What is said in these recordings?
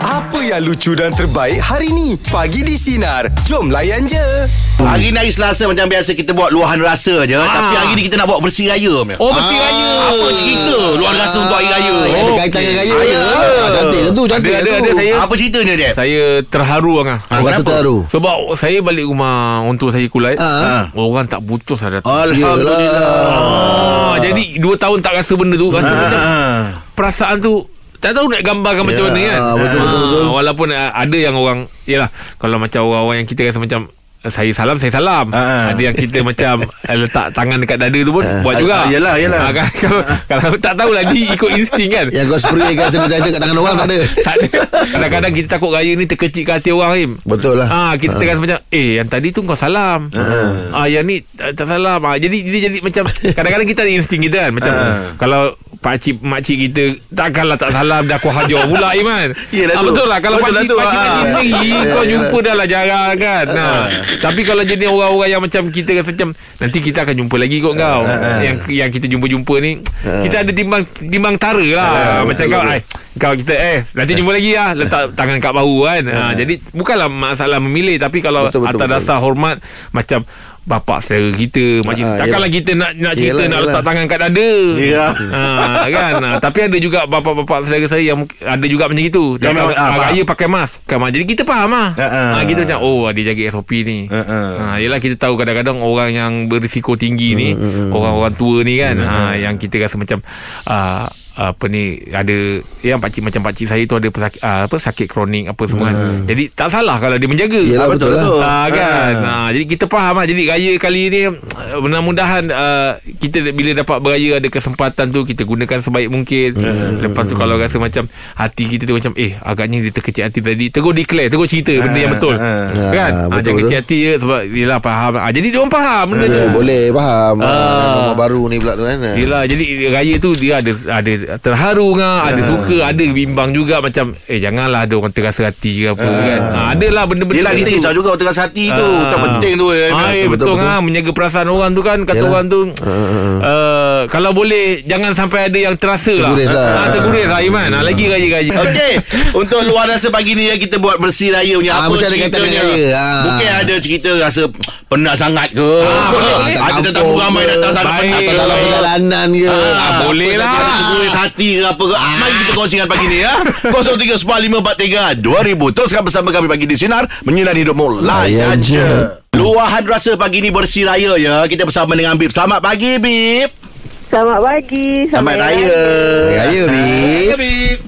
Apa yang lucu dan terbaik hari ni? Pagi di Sinar. Jom layan je. Hari ni hari Selasa macam biasa kita buat luahan rasa je ah. tapi hari ni kita nak buat bersih raya. Oh mesti ah. raya Apa cerita luahan rasa untuk hari raya? Yang ada kaitan dengan raya Okey. ya. Ada. Ah, Cantik lah tu Cantik Ada, lah ada, tu ada, saya. Apa ceritanya dia? Saya terharu Angah Orang rasa Kenapa? terharu Sebab saya balik rumah Orang tua saya kulai Ah. Orang tak putus lah datang Alhamdulillah ah. Jadi 2 tahun tak rasa benda tu Rasa macam Ah. Perasaan tu tak tahu nak gambarkan yeah, macam Ya, mana kan betul, betul, Ah, betul. Walaupun ah, ada yang orang Yelah Kalau macam orang-orang yang kita rasa macam eh, saya salam Saya salam Ah. Ada yang kita macam eh, Letak tangan dekat dada tu pun Buat Ah, juga ah, yelah, yelah. Ah, kan- kalau, kalau tak tahulah Dia ikut insting kan Yang kau spray kan sanitizer kat tangan orang tak ada Tak ada Kadang-kadang kita takut raya ni Terkecil ke hati orang Im Betul lah Ah Ha. kita uh. rasa macam eh yang tadi tu kau salam. Uh. Ah yang ni tak, tak salam. Ah jadi dia jadi macam kadang-kadang kita ada insting kita kan macam Ha. uh. kalau pak cik mak cik kita takkanlah tak salam dah kau hajar pula Iman. Yelah ah, tu. betul lah kalau pak Betul lah cik tu, pak cik ah. sendiri Ya, kau ya, jumpa dah lah jarang kan. Ah, Nah. Tapi kalau jadi orang-orang yang macam kita rasa macam nanti kita akan jumpa lagi Ah, kot kau. Yang yang kita jumpa-jumpa ni kita ada timbang timbang tara lah. Macam Ah, betul, kau betul. ai kau kita eh nanti jumpa lagi lah letak tangan kat bahu kan ha, jadi bukanlah masalah memilih tapi kalau betul, betul, Ah. Betul, betul, atas betul. dasar hormat macam bapak saudara kita makcik Ah, ah, takkanlah kita nak nak cerita Yelah, nak yelah. letak tangan kat dada Ya. ha, kan ha, tapi ada juga bapak-bapak saudara saya yang mungkin- ada juga macam itu Yang Dia memang- kata, ah, "Ah, faham." raya pakai mask kan jadi kita faham ah Ah, ah. ha, kita macam oh dia jaga SOP ni Ah, ah. ha, yelah kita tahu kadang-kadang orang yang berisiko tinggi Hmm, ni orang-orang tua ni kan ha, yang kita rasa macam ah, apa ni ada yang pakcik macam pakcik saya tu ada pesakit, ah, apa sakit kronik apa semua kan. Jadi tak salah kalau dia menjaga. Hmm. Yelah, Ah, betul lah. Ah, kan. Ah, jadi kita faham lah. Jadi raya kali ni ah, mudah-mudahan ah, kita bila dapat beraya ada kesempatan tu kita gunakan sebaik mungkin. Hmm. Lepas tu kalau rasa macam hati kita tu macam eh agaknya dia terkecil hati tadi. Tegur declare, tegur cerita benda yang betul. Ah, ah. Kan? Ah, Ah, jangan betul, betul. kecil hati je sebab yelah faham. Ah, jadi dia orang faham benda tu. Ya, Boleh faham Ah. ah. Rumah baru ni pula tu kan Yelah jadi raya tu dia ada ada terharu ngah, ada suka, ada bimbang juga macam eh janganlah ada orang terasa hati ke apa kan. Ha, adalah benda-benda Yelah kita macam tu. risau juga tengah hati tu. Ah. Tak penting tu. eh. Ah, eh, betul, betul, betul. kan menjaga perasaan orang tu kan kata Yelah. orang tu ah. uh, kalau boleh jangan sampai ada yang terasa lah. Terguris lah. Ah, terguris lah Iman. Ah, lagi raya-raya. Okey, untuk luar rasa pagi ni ya, kita buat bersih raya punya Ah, apa mesti ada kaitan ceritanya. dengan raya, ah. Mungkin ada cerita rasa penat sangat ke. Ah, tak ada tetamu kampung ramai ke. lah. datang sangat Baik. penat. Atau dalam Yelah. perjalanan ke Ah, Apa-apa boleh saja lah. ada Ada tegur. teguris hati ke apa ke ah. Mari kita kongsikan pagi ni ya 0345432000 Teruskan bersama kami pagi di Sinar Menyinari hidupmu Layan Layan je je. Luahan rasa pagi ni bersih raya ya Kita bersama dengan Bib Selamat pagi Bib Selamat pagi. Selamat raya Raya Bib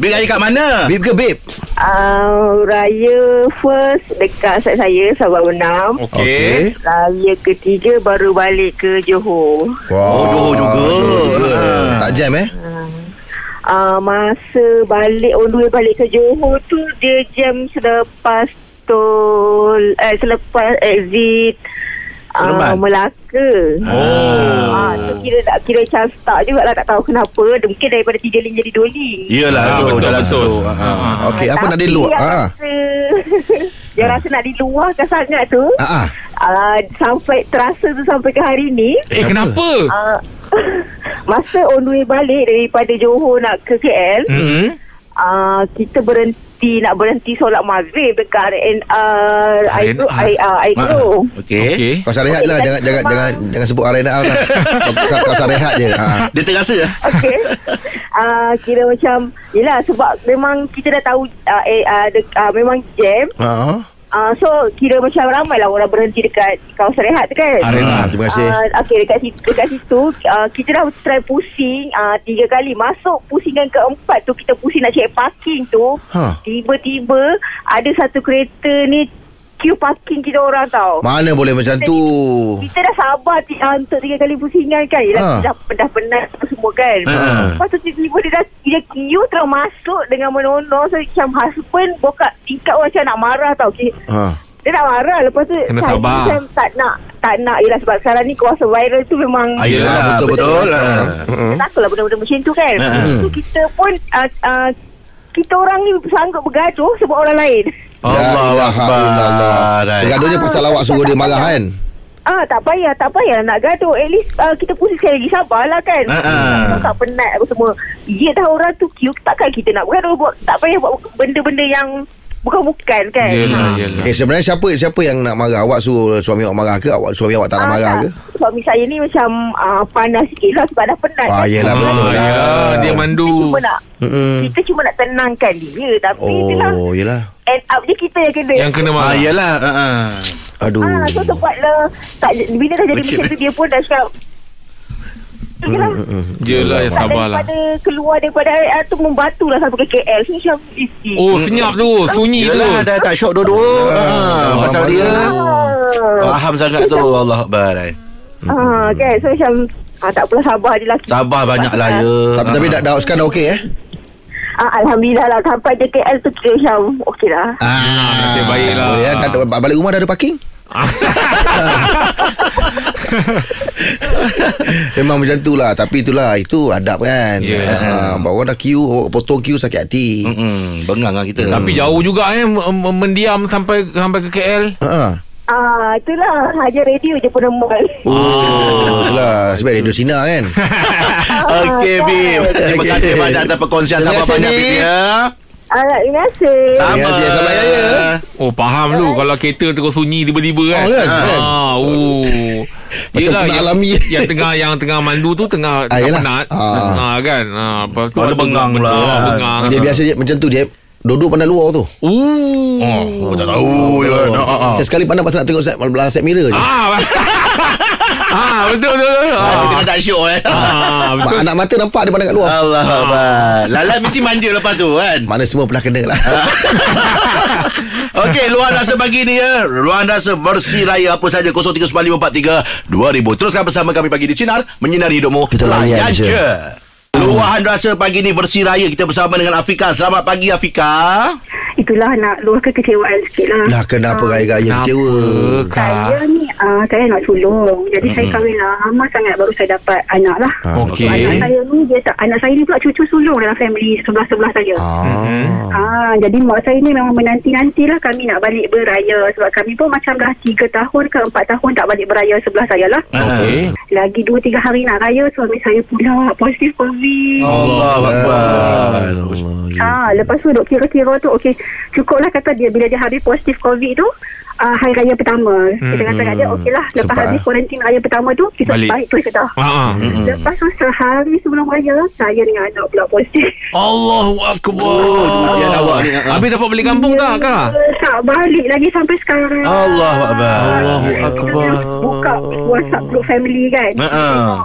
Bib raya kat mana? Bib ke Bib Uh, raya first dekat side saya Sabah Benam. Oh. Okey. Raya ketiga baru balik ke Johor. Wah, Oh, Johor juga. Johor juga. Ah. Tak jam eh Uh, masa balik on the way balik ke Johor tu dia jam selepas tol eh selepas exit Seremban? Uh, Melaka Oh. Ah, tu kira tak kira chance tak juga lah tak tahu kenapa mungkin daripada tiga link jadi dua link Yelah Ah, tu, betul, dalam betul. tu. Ah. Okey, apa nak Tapi diluar? yang Ha. rasa, Yang rasa nak diluarkan sangat tu Ha ah. uh, Sampai terasa tu sampai ke hari ni Eh kenapa? uh, Masa on the way balik daripada Johor nak ke KL Hmm. uh, Kita berhenti nak berhenti solat maghrib dekat ah, RNR Aigro RNR. Ah. Aigro Okey Okey. Kau usah rehat lah jangan jangan jangan jangan sebut arena al lah. Kau usah kau usah rehat je. Ha. Dia terasa eh? Okay uh, Kira macam Yelah sebab memang kita dah tahu uh, eh, uh, dek, uh, Memang jam Ha. Uh, so kira macam ramai lah orang berhenti dekat kawasan rehat tu kan Arena. Ha, terima kasih. Uh, okay dekat situ, dekat situ uh, kita dah try pusing uh, tiga kali masuk pusingan keempat tu kita pusing nak cek parking tu Ha. tiba-tiba ada satu kereta ni queue parking kita orang tau Mana boleh macam tu? kita dah sabar t- uh, untuk tiga kali pusingan kan Yelah, Ha. dah, dah penat apa semua kan Ha. Lepas tu tiba-tiba dia dah Dia queue terus masuk dengan menonor So macam husband Bokak tingkat orang macam nak marah tau okay. Ha. Dia nak marah Lepas tu Kena saya sabar. macam tak nak Tak nak Yelah sebab sekarang ni Kuasa viral tu memang Ah, yelah, Ah, betul, betul. betul. Ah. Mm-mm. Takutlah benda-benda macam tu kan Ha. uh tu Kita pun uh, uh, Kita orang ni Sanggup bergaduh Sebab orang lain La ilaha illallah. Allah Hmm. Bergaduhnya pasal awak suruh dia marah kan? Ah, tak payah, tak payah nak gaduh. At least uh, kita pusing sekali lagi. Sabarlah kan. Ah, ah. Kau tak penat apa semua. Ya dah orang tu cute. Takkan kita nak bergaduh. Buat, tak payah buat benda-benda yang bukan-bukan kan. Yelah, Ah. yelah. Eh sebenarnya siapa siapa yang nak marah? Awak suruh suami awak marah ke? Awak suami awak tak nak Ah, marah tak. ke? Suami saya ni macam uh, panas sikit lah sebab dah penat. Ah, kan. yelah, Ah, betul lah. ya, dia Kita mandu. cuma nak Mm-mm. kita cuma nak tenangkan dia tapi oh. itulah Oh, yelah. end up dia kita yang kena Yang kena Ah, marah. yelah. ah, ah. Aduh. ah, so tempatlah tak, bila dah jadi Okey. macam eh? tu dia pun dah cakap Yelah, Hmm, Yelah, ya, tak sabarlah. daripada keluar daripada area tu membatulah sampai ke KL. So, macam isi. Oh, senyap tu. Sunyi tu. Yelah Eh, dah tak syok dua-dua. Ah, pasal faham dia Ah, faham sangat tu Allah Akbar. eh. ah, kan. So, macam ah, tak pula sabar je lah. Sabar banyak lah ya. Tapi tapi dah dah sekarang dah okey eh? Ah, Alhamdulillah lah. Sampai je KL tu kira macam okey lah. Ah, nasib baik lah. Boleh, eh? Dah- dah- balik rumah dah ada parking? Memang macam tu lah Tapi itulah Itu adab kan Yeah. yeah. ha, Orang dah queue Orang potong queue sakit hati Mm-mm, bengang lah kita. Tapi jauh juga eh m- m- mendiam sampai sampai ke KL. Ha. Ah, itulah. Hajar radio je pun normal. Oh, itulah Sebab radio Sina kan Okey, Ah, Bib. kan? Terima Okey. kasih banyak atas perkongsian Terima sabar kasih, banyak, Bib. Bib. Ya. Ah, terima kasih. Sama. kasih. Selamat raya. Oh faham eh. tu kalau kereta terus sunyi tiba-tiba kan. Oh, kan, kan. Ah, oh. lah Macam pernah yang, alami. yang tengah yang tengah mandu tu tengah Ah, tengah yelah. penat. Ah. Ah kan. Ah lepas tu Ada bengang lah. Ah, Bengang. Dia biasa je macam tu dia Duduk pandai luar tu Oh. Oh, oh, tak tahu. ya. Nah, ah, ah. Saya sekali pandai pasal nak tengok set, belakang set mirror je Ah. ah betul betul. betul. Ah, Ah. Kita tak syok eh. Ah Mak, betul. Anak mata nampak dia pandai kat luar Allah Akbar. Lala mesti manja lepas tu kan. Mana semua pernah kena lah Okey, luar rasa pagi ni ya. Luar rasa versi raya apa saja 0395432000. Teruskan bersama kami pagi di Sinar menyinari hidupmu. Kita layan je. Luahan rasa pagi ni versi raya kita bersama dengan Afika. Selamat pagi Afika. Itulah nak luahkan kecewaan sikit lah. Lah kenapa raya-raya kecewa Kenapa, Kak? Saya ni uh, saya nak sulung. Jadi mm-hmm. saya kahwin lama sangat baru saya dapat anak lah. Ah, Okey. Anak saya ni dia tak anak saya ni pula cucu sulung dalam family sebelah-sebelah saya. Ah. Ah. Ah, jadi mak saya ni memang menanti-nantilah kami nak balik beraya sebab kami pun macam dah 3 tahun ke 4 tahun tak balik beraya sebelah saya lah. Okey. Lagi 2 3 hari nak raya suami saya pula positif COVID. Allah Akbar. Ah, lepas tu duk kira-kira tu okey cukuplah kata dia bila dia habis positif covid tu uh, hari raya pertama hmm. kita kata kat dia okeylah lepas Sempat, habis eh. kuarantin raya pertama tu kita Balik. balik, balik terus kita Ah, ah. lepas tu sehari sebelum raya saya dengan anak pula positif Allahu akbar. kemudian awak ni, ah, ah. Habis dapat balik kampung tak Kak? Ya, tak balik lagi sampai sekarang Allah Akbar. Allahu akbar. buka whatsapp group family kan Ha ah. uh,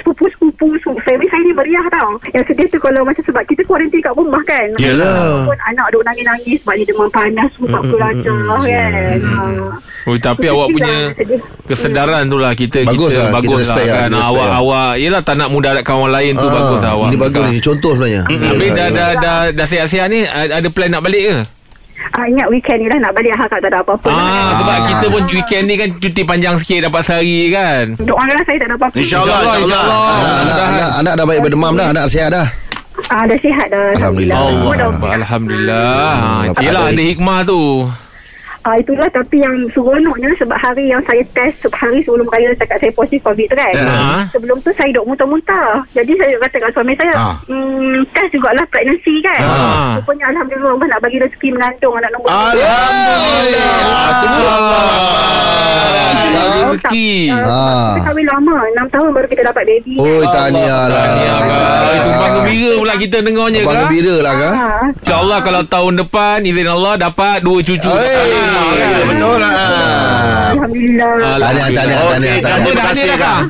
sepupu-sepupu so, family saya ni meriah tau yang sedih tu kalau macam sebab kita kuarantin kat rumah kan Yelah. pun anak duk nangis-nangis sebab dia demam panas sebab mm, kelata kan Ah. Oh, tapi Sedih awak punya lah, sedih. kesedaran tu lah kita Bagus kita lah, kita bagus lah respect lah, kan kita respect awak lah. awak yelah tak nak mudaratkan orang lain tu bagus lah awak. Ini bagus ni Contoh sebenarnya Habis Yelah, dah, yelah. dah, dah, dah sihat-sihat ni a- Ada plan nak balik ke? Ah, ingat weekend ni lah nak balik Ahad tak ada apa-apa. Ah, sebab kita pun weekend ni kan Cuti panjang sikit Dapat sehari kan Doakanlah lah, saya tak ada apa-apa. InsyaAllah, insyaAllah. Anak, anak, anak, anak dah baik berdemam dah Anak sihat dah Ah, dah sihat dah. Alhamdulillah. Semua dah okey. Alhamdulillah Hmm, ha, Yelah patut. ada hikmah tu Ah, itulah tapi yang seronoknya sebab hari yang saya test sebab hari sebelum raya cakap saya positif COVID tu kan. Ah. Sebelum tu saya duk muntah-muntah. Jadi saya kata kat suami saya, Ah. hmm, test jugalah pregnancy kan. Ah. Rupanya Alhamdulillah Allah nak bagi rezeki mengandung anak nombor dua. Alhamdulillah. Ah, Rezeki Ah. Kita kahwin lama 6 tahun baru kita dapat baby Oi tahniah lah Ya Allah Tumpang gembira pula kita dengarnya Abang kan gembira lah kah Ah. InsyaAllah kalau tahun depan Izin Allah dapat dua cucu Hey. Betul lah. Alhamdulillah Ah. Tahniah tahniah Okey, tahniah. tahniah Nama tahniah dah Terima ada kasih, dah Kak Kak.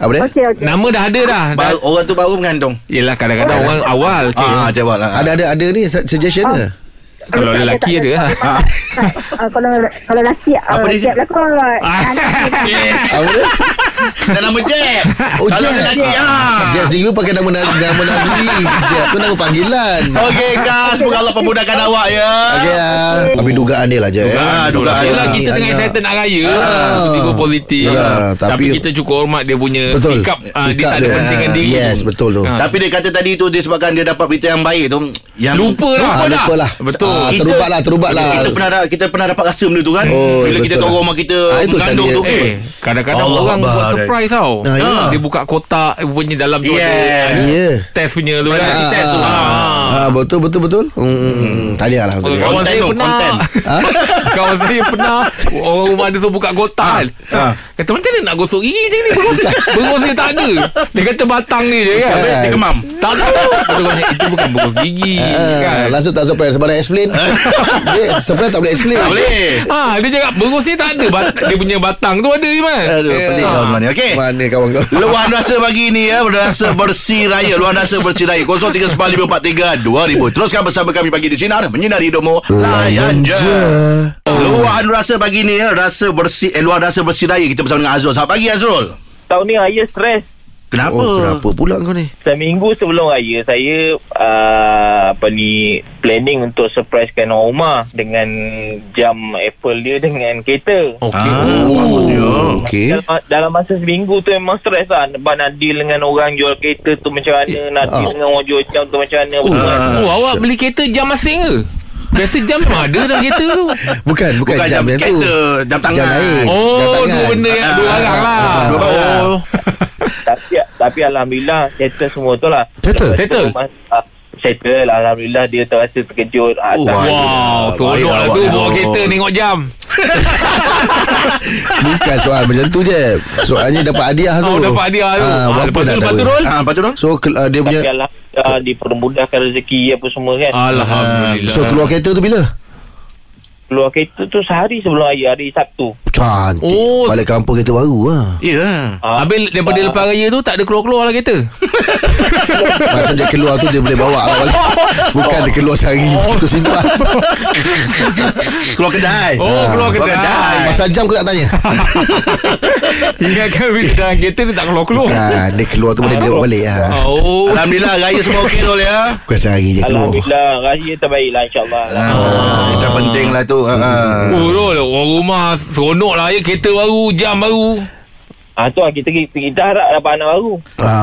Apa dia Okey okey Nama dah ada dah Dah- Baru, orang tu baru mengandung. Yelah kadang-kadang orang awal cik. Ah, jawab lah. Ada ada ada ni se- suggestion ke Kalau lelaki ada lah Ah, kalau kalau lelaki Apa apa dia dia siap lah kot. Ah. Eh, Apa dia Dan nama Jeb. Oh Kalau Jeff lelaki, ah. Jeff sendiri pun pakai nama Naz- nama Nazri Jeff tu nama panggilan Okey, Kak. Semoga Allah pemudahkan awak ya. Okey ah. Tapi dugaan dia lah Jeff eh. Dugaan, dugaan. Anak- Yelah kita tengah anak. excited nak raya Ah. Tiba positif Yelah, tapi, tapi kita cukup hormat dia punya Betul Sikap, ah, Dia Sikap tak ada pentingan diri Yes betul tu Ah. Tapi dia kata tadi tu disebabkan dia dapat berita yang baik tu. Yang- lupa lah. Lupa Lupa dah. dah. lupa lah Betul. ah, Kita- Terubat lah Terubat lah Kita pernah dah- kita pernah dapat rasa benda tu kan. Oh, Bila kita betul. kat rumah kita Ah, itu mengandung tadi. tu. Eh, kadang-kadang Allah orang Akbar, buat Dai. surprise tau. Ah, ya. Dia buka kotak punya dalam tu Yeah. ada Ya. eh, test punya tu kan. Ah, Test tu. ah, Ah. Ah, betul betul betul. Hmm, tahniah lah untuk dia. Kawan Content saya tu, pernah content. Kawan saya pernah Orang rumah dia tu buka kotak kan Kata macam mana nak gosok gigi macam ni Bergosok Bergosok dia tak ada Dia kata batang ni je kan Habis dia kemam. Tak tahu Kata orang, Itu bukan bergosok gigi Ah, kan langsung tak surprise Sebab nak explain Dia surprise tak boleh explain Tak Ah, boleh. Ha, dia cakap bergosok dia tak ada bat- Dia punya batang tu ada je man Aduh, pelik Ah. kawan-kawan ni. Okey. Mana kawan kau Luahan rasa pagi ni ya Berasa bersih raya Luahan rasa bersih raya 0395432000 Teruskan bersama kami pagi di Sinar Menyinari hidupmu Layan je Luahan rasa pagi ni ya Rasa bersih eh, Luahan rasa bersih raya Kita bersama dengan Azrul Selamat pagi Azrul Tahun ni raya stres Kenapa? Oh kenapa pula kau ni Seminggu sebelum raya Saya uh, Apa ni Planning untuk Surprisekan orang rumah Dengan Jam Apple dia Dengan kereta Okey Ah, Oh, ya. bagusnya. Oh, Okey dalam, dalam masa seminggu tu memang stres lah Sebab nak deal dengan orang jual kereta tu macam mana Nak deal Ah. dengan orang jual jam tu macam mana Ah, Oh awak beli kereta jam masing ke? Biasa jam memang ada dalam kereta tu Bukan bukan, Bukan jam jam, yang tu kereta Jam tangan Jam lain Jam Oh tangan. dua benda yang dua Ah, orang lah dua barang. Oh tapi, tapi Alhamdulillah Settle semua tu lah Settle? Settle? uh, Settle Alhamdulillah dia terasa terkejut ah, Oh, tak- wah. Wow Seronok lah Baik tu awak. Bawa kereta tengok jam Bukan soal macam tu je Soalnya dapat hadiah tu Oh, dapat hadiah tu. Ah, Ah, Berapa lepas tu- nak lepas tu, tahu? Rol? Ah, Lepas tu dong So ke- ah, dia punya Tapi Alhamdulillah Dipermudahkan rezeki apa semua kan Alhamdulillah So keluar kereta tu bila Keluar kereta tu sehari sebelum hari Hari Sabtu Cantik Oh, Balik kampung kereta baru lah Ya Ah, Habis daripada ah, lepas raya tu Tak ada keluar-keluar lah kereta Maksud dia keluar tu Dia boleh bawa lah balik Bukan dia keluar sehari oh. Tu simpan Keluar kedai Oh keluar kedai. kedai Masa jam aku tak tanya Ingatkan bila dalam kereta Dia tak keluar-keluar ha, Dia keluar tu boleh dia bawa balik lah Oh Alhamdulillah Raya semua okey Rol ya Bukan sehari je keluar Alhamdulillah Raya terbaik lah insyaAllah Ah, Itu yang penting lah tu Ah, ah. Oh Rol Orang rumah Seronok lah ya Kereta baru Jam baru ah, tu lah kita, kita, kita harap dapat anak baru ah,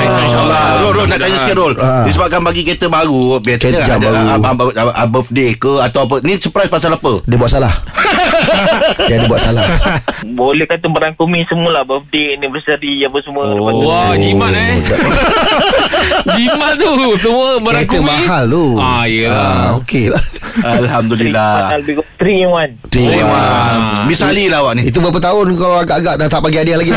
Ah, InsyaAllah Rol, Rol nak tanya sikit Rol Ah. Disebabkan bagi kereta baru Biasanya Kereta ada baru. baru. Abang, abang, abang, abang birthday ke Atau apa Ni surprise pasal apa? Dia buat salah Dia ada buat salah Boleh kata merangkumi semula Birthday, anniversary apa semua Lepas tu, Oh. Wah jimat eh Jimat tu Semua Kereta merangkumi mahal tu Ah ah, yelah Okey lah three in one, Alhamdulillah I'll be go- Three in one Terima Ah, Misali lah awak ni Itu berapa tahun kau agak-agak dah tak bagi hadiah lagi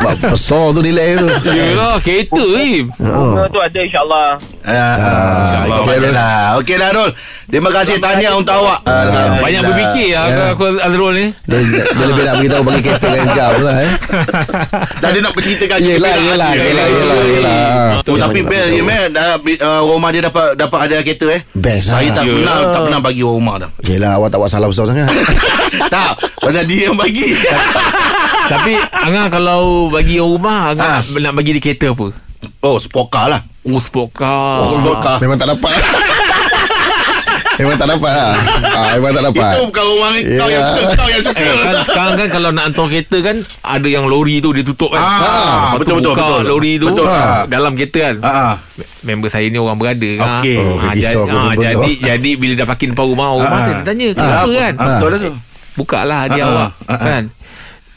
Sebab besar tu nilai tu Ha, Yelah kereta eh Oh. Bunga tu ada insyaAllah Ah, Ikut Okey, pandai lah Okey lah Rol Terima kasih Tahniah untuk awak Alhamdulillah. Banyak berfikir lah Ya. Aku aku Azrul ni dia, dia, dia lebih nak beritahu bagi kereta dengan jam lah eh. Tadi nak berceritakan Yelah, kepinaan yelah, dia. yelah, yelah, yelah. Oh, tapi best ya, man. Dah, uh, rumah dia dapat dapat ada kereta eh. Best, Saya ah. Ya. tak pernah tak pernah bagi orang rumah dah. Yelah, lah, awak tak buat salah besar sangat. tak, pasal dia yang bagi. Tapi Angah kalau Bagi orang rumah Angah Ah. nak, nak bagi dia kereta apa oh, spokar lah. Oh sport car Oh, sport car. Memang tak dapat lah. Memang tak dapat lah. Ah, Ya. memang tak dapat. Itu Oh, bukan rumah ni. Kau yang Yelah. suka, kau yang suka. Eh, kan sekarang kan kalau nak hantar kereta kan ada yang lori tu dia tutup kan. Ah, Lepas tu betul, betul, buka betul. Lori tu Betul, ah. dalam kereta kan. Ah, ah. Member saya ni orang berada kan. Okey. Oh, Ah, risau jadi, aku ah, member tu. jadi jadi bila dah parking depan rumah orang rumah Ah. dia tanya kenapa kan? Ah, Betul lah tu. Buka lah dia Ah, awak ah, ah. kan.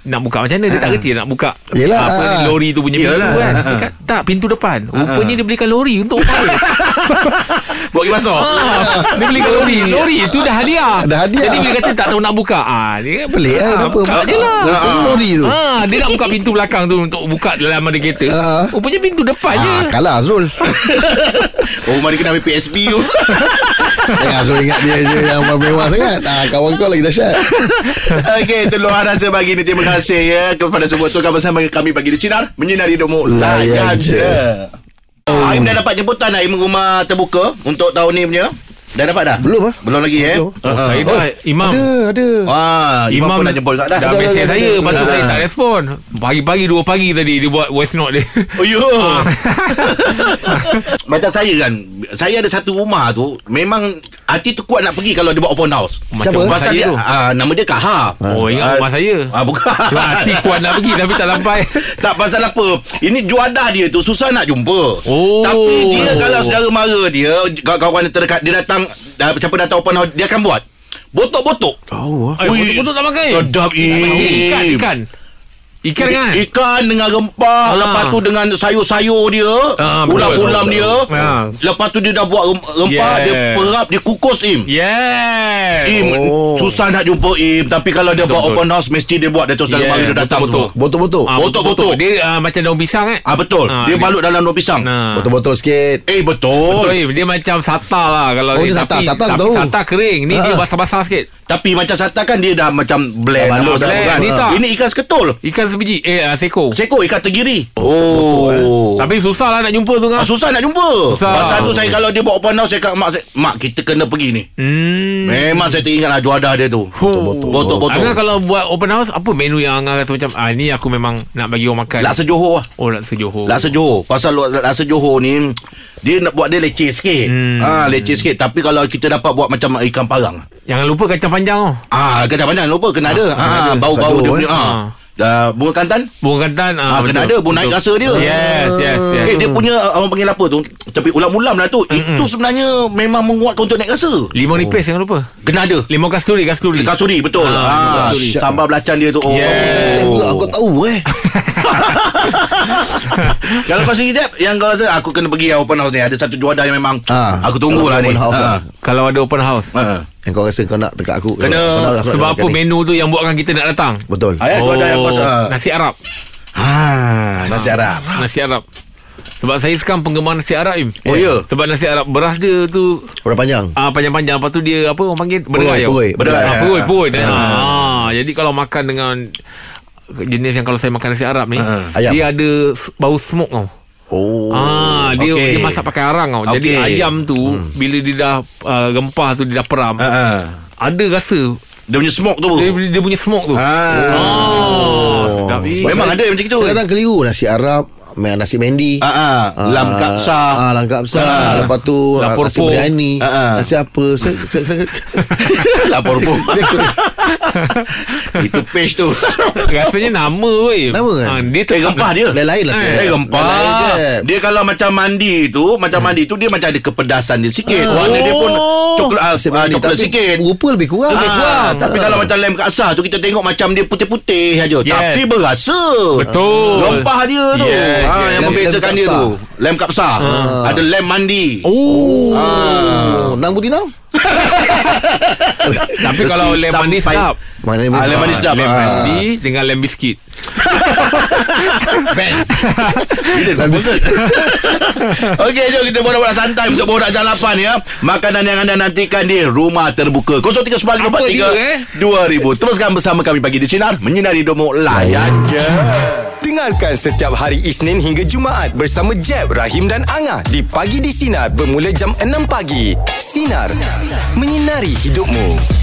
Nak buka macam mana Dia tak kerti nak buka Yelah, Apa ah. ni, Lori tu punya Yelah. pintu kan Ah, ah. Dia kata, Tak pintu depan Rupanya dia belikan lori Untuk orang lain. Buat pergi pasar. Ah, Dia belikan lori Lori tu dah hadiah Dah hadiah. Jadi bila kata tak tahu nak buka ah, dia, Pelik lah. ah, Kenapa? Buka je lah Buka Ah. lori tu. Ha, dia nak buka pintu belakang tu untuk buka dalam ada kereta. Ah. Rupanya pintu depan je. Ah, kalah Azrul. Oh, rumah dia kena ambil PSP tu. Eh, Azrul ingat dia je yang mewah sangat. Ah, kawan kau lagi dahsyat. Okey, itu luar rasa pagi ni. Terima kasih ya kepada semua tu bersama kami pagi di Cinar. Menyinari hidupmu. Layan Layan je. je. Aim dah dapat jemputan Aim rumah terbuka untuk tahun ni punya. Dah dapat dah? Belum, ah. Belum lagi eh. Belum. Oh, saya dah imam. Ada, ada. Ah. Wah, Imam, Imam pun dah jemput kat dah. Dah Ada, mesej ada, saya ada. Lepas tu Ah. saya tak respon Pagi-pagi 2 pagi tadi Dia buat voice note dia Oh, yo. Ah. Macam saya kan Saya ada satu rumah tu Memang hati tu kuat nak pergi kalau dia buat open house. Siapa? rumah Pasal saya dia tu. ah, nama dia Kak Ha. Oh, ingat rumah saya. Ah bukan. Sebab Lah, hati kuat nak pergi tapi tak sampai. Tak pasal apa Ini juadah dia tu Susah nak jumpa Oh. Tapi dia kalau saudara mara dia Kawan-kawan yang terdekat Dia datang dah- Siapa datang open house Dia akan buat Botok-botok Tahu lah Eh, Ui, betul-betul tak makan. Sedap Im. Ikan, ikan. Ikan kan? Ikan dengan rempah Ah. Lepas tu dengan sayur-sayur dia Ah, betul, Ulam-ulam betul, dia Ah. Lepas tu dia dah buat rem- rempah Yeah. Dia perap Dia kukus Im Yeah. Im Oh. Susah nak jumpa Im Tapi kalau dia buat betul. open house Mesti dia buat Dia terus Yeah, yeah, Dia datang betul-betul. betul Botol-botol Ah, Botok-botok. Dia ah, macam daun pisang kan? Ah betul Ah, Dia dia- balut dalam daun pisang Nah. Botol-botol sikit Eh Betul, betul. Im. Dia macam sata lah kalau Oh, dia. dia sata. Tapi- Sata aku tapi tahu. Sata kering. Ni dia Ah. basah-basah sikit. Tapi macam sata kan dia dah macam blend. Dah balut Ah, dah, blend. betul. Ni tak. Ini ikan seketul. Ikan sebiji. Eh, ah, seko. Seko ikan tegiri. Oh. Tapi susah lah nak jumpa tu Ah, kan? susah nak jumpa Susah. Pasal tu saya kalau dia buat open house Saya kat mak saya Mak kita kena pergi ni Hmm. Memang saya teringat lah juadah dia tu Betul-betul. Botol-botol Angah kalau buat open house Apa menu yang Angah rasa macam ah, Ni aku memang nak bagi orang makan Laksa Johor lah Oh laksa Johor Laksa Johor Pasal lo- laksa Johor ni Dia nak buat dia leceh sikit Hmm. ha, Leceh sikit Tapi kalau kita dapat buat macam ikan parang Jangan lupa kacang panjang oh. Ah, kena pandang lupa kena ada. Ha, bau-bau Satu, dia eh. punya. Ha. Ah. Dah bunga kantan? Bunga kantan Ah, kena ada pun naik rasa dia. Yes yes, yes. Eh dia punya uh, orang panggil apa tu? Tapi ulam-ulam lah tu. Itu sebenarnya memang menguatkan untuk naik rasa. Limau Oh. nipis jangan lupa Kena ada. Limau kasturi kasturi Kasuri betul. Ah, Ah, kasuri. sambal belacan dia tu. Oh. Yes. Eh pula aku tahu eh Kalau kau sendiri Jeb Yang kau rasa "Ah, Aku kena pergi yang open house ni Ada satu juadah yang memang Ah, Aku tunggulah ni open house lah. Ah. Kalau ada open house Ah. Yang kau rasa kau nak dekat aku Kena- Kau nak- kau nak Sebab makan apa ni. menu tu yang buatkan kita nak datang Oh, Betul Ayat juadah yang kau rasa ah. Nasi Arab Ah, Nasi Arab Nasi Arab Sebab saya sekarang penggemar nasi Arab Im Oh ya Sebab nasi Arab beras dia tu Orang panjang Ah panjang-panjang lepas tu dia apa orang panggil berderai. perui, berderai. Ah perui perui. Ah. ah jadi kalau makan dengan jenis yang kalau saya makan nasi Arab ni Ah. Ayam. dia ada s- bau smoke tau. Oh ah dia okey. dia masak pakai arang tau. Jadi Okey. Hmm. ayam tu bila dia dah uh, rempah tu dia dah peram Ah, ah. ada rasa Dia punya smoke tu dia, dia punya smoke tu. Ah. Oh, sedap. Eh. Memang ada macam itu Kadang keliru Nasi Arab ma- Nasi Mendi Ah, ah. Lam kapsa. ah, Lam kapsa Ah. Lepas tu ah, Lapor Nasi pun. biryani Ah, ah. Nasi apa Saya, saya, saya, Lapor pun Itu page tu Rasanya nama weh. Nama kan? Ah, dia Eh rempah dia Lain-lain lah Eh Lain-lain rempah je. Dia kalau macam mandi tu Macam mandi tu Dia macam ada kepedasan dia sikit Oh. Warna dia pun Coklat ah, Nasi ah, Mendi. Coklat Tapi sikit Rupa lebih kurang Ah, Tapi Ah. kalau macam lem kaksa tu Kita tengok macam dia putih-putih aja Yes. Tapi berasa Betul. Rempah dia tu Yes, Ah, Yang yes. Lem- Ah. membezakan lem dia kapsa. tu Lem kapsa Ada lem mandi Oh. Ah. Oh, Nang putih nang Tapi kalau lem mandi sedap. Mana yang Ah, lem mandi sedap Lem Ah. mandi dengan lem biskit. Okey, jom kita borak-borak santai untuk borak jalapan ya. Makanan yang anda nantikan di rumah terbuka. 0395432000. Apa dia, eh? Teruskan bersama kami pagi di Sinar menyinari domo layan je. Dengarkan setiap hari Isnin hingga Jumaat bersama Jeb, Rahim dan Angah di Pagi di Sinar bermula jam 6 pagi. Sinar. Menyinari hidupmu.